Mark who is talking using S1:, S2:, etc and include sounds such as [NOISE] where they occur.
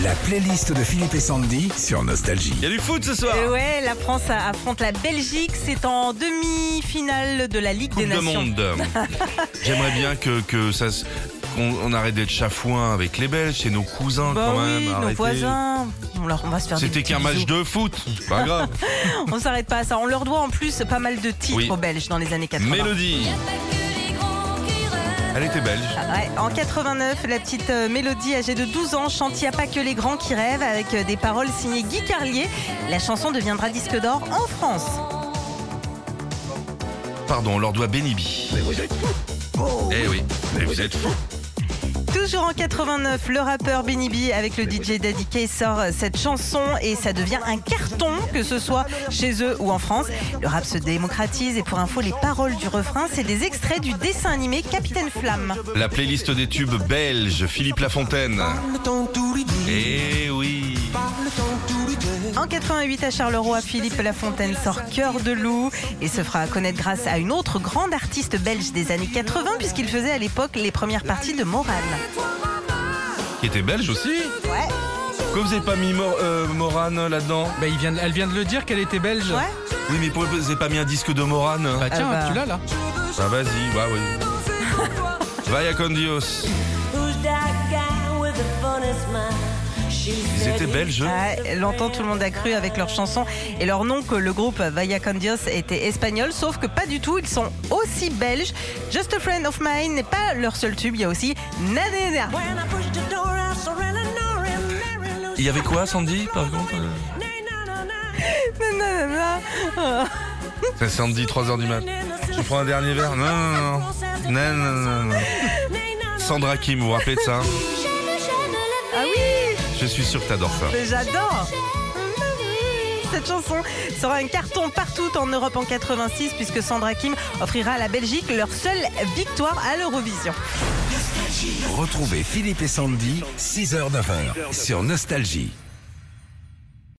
S1: La playlist de Philippe et Sandy sur Nostalgie.
S2: Il y a du foot ce soir.
S3: Euh, ouais, la France affronte la Belgique. C'est en demi-finale de la Ligue
S2: Coupe
S3: des
S2: de
S3: Nations. [LAUGHS]
S2: monde. J'aimerais bien que, que ça se- qu'on on arrête d'être chafouin avec les Belges, c'est nos cousins
S3: Bah
S2: quand
S3: oui,
S2: même.
S3: nos
S2: arrêtez.
S3: voisins. On, leur, on va se faire des
S2: C'était
S3: petits
S2: qu'un match
S3: bisous.
S2: de foot, c'est pas
S3: [LAUGHS]
S2: grave.
S3: On s'arrête pas à ça. On leur doit en plus pas mal de titres
S2: Oui.
S3: aux Belges dans les années 80.
S2: Mélodie, elle était belge.
S3: Ouais, en 89, la petite euh, Mélodie, âgée de 12 ans, chante Il a pas que les grands qui rêvent avec euh, des paroles signées Guy Carlier. La chanson deviendra disque d'or en France.
S2: Pardon, on leur doit Benibi. Mais vous êtes fous. Eh oui, mais vous êtes fous.
S3: Toujours en 89, le rappeur Benny B avec le DJ Daddy Kay sort euh, cette chanson et ça devient un carton, que ce soit chez eux ou en France. Le rap se démocratise et pour info, les paroles du refrain, c'est des extraits du dessin animé Capitaine Flamme.
S2: La playlist des tubes belges, Philippe Lafontaine. Eh oui.
S3: En 88, à Charleroi, Philippe Lafontaine sort Cœur de loup et se fera connaître grâce à une autre grande artiste belge des années 80 puisqu'il faisait à l'époque les premières parties de Morane.
S2: Qui était belge aussi
S3: Ouais,
S2: Comme vous n'avez pas mis Mor- euh, Morane là-dedans
S4: Bah, il vient, de- elle vient de le dire qu'elle était belge.
S3: ouais.
S2: Oui, mais pourquoi vous n'avez pas mis un disque de Morane hein
S4: Bah tiens,
S3: Ah bah.
S4: tu l'as là.
S2: Bah vas-y, bah oui. [LAUGHS] Vaya con Dios. Ils étaient belges. eux.
S3: Ouais, longtemps tout le monde a cru avec leurs chansons et leur nom que le groupe Vaya con Dios était espagnol, sauf que pas du tout, ils sont aussi belges. Just a Friend of Mine n'est pas leur seul tube, il y a aussi Na Na Na.
S2: Il y avait quoi, Sandy, par contre euh
S3: Na Na Na Na.
S2: C'est Sandy, 3h du mat. Je prends un dernier verre Non, non, non. Non, non, non, non. Sandra Kim, vous vous rappelez de ça hein
S3: Ah oui,
S2: Je suis sûr que t'adores ça.
S3: mais j'adore cette chanson sera un carton partout en Europe en 86 puisque Sandra Kim offrira à la Belgique leur seule victoire à l'Eurovision.
S1: Retrouvez Philippe et Sandy, 6h-9h sur Nostalgie.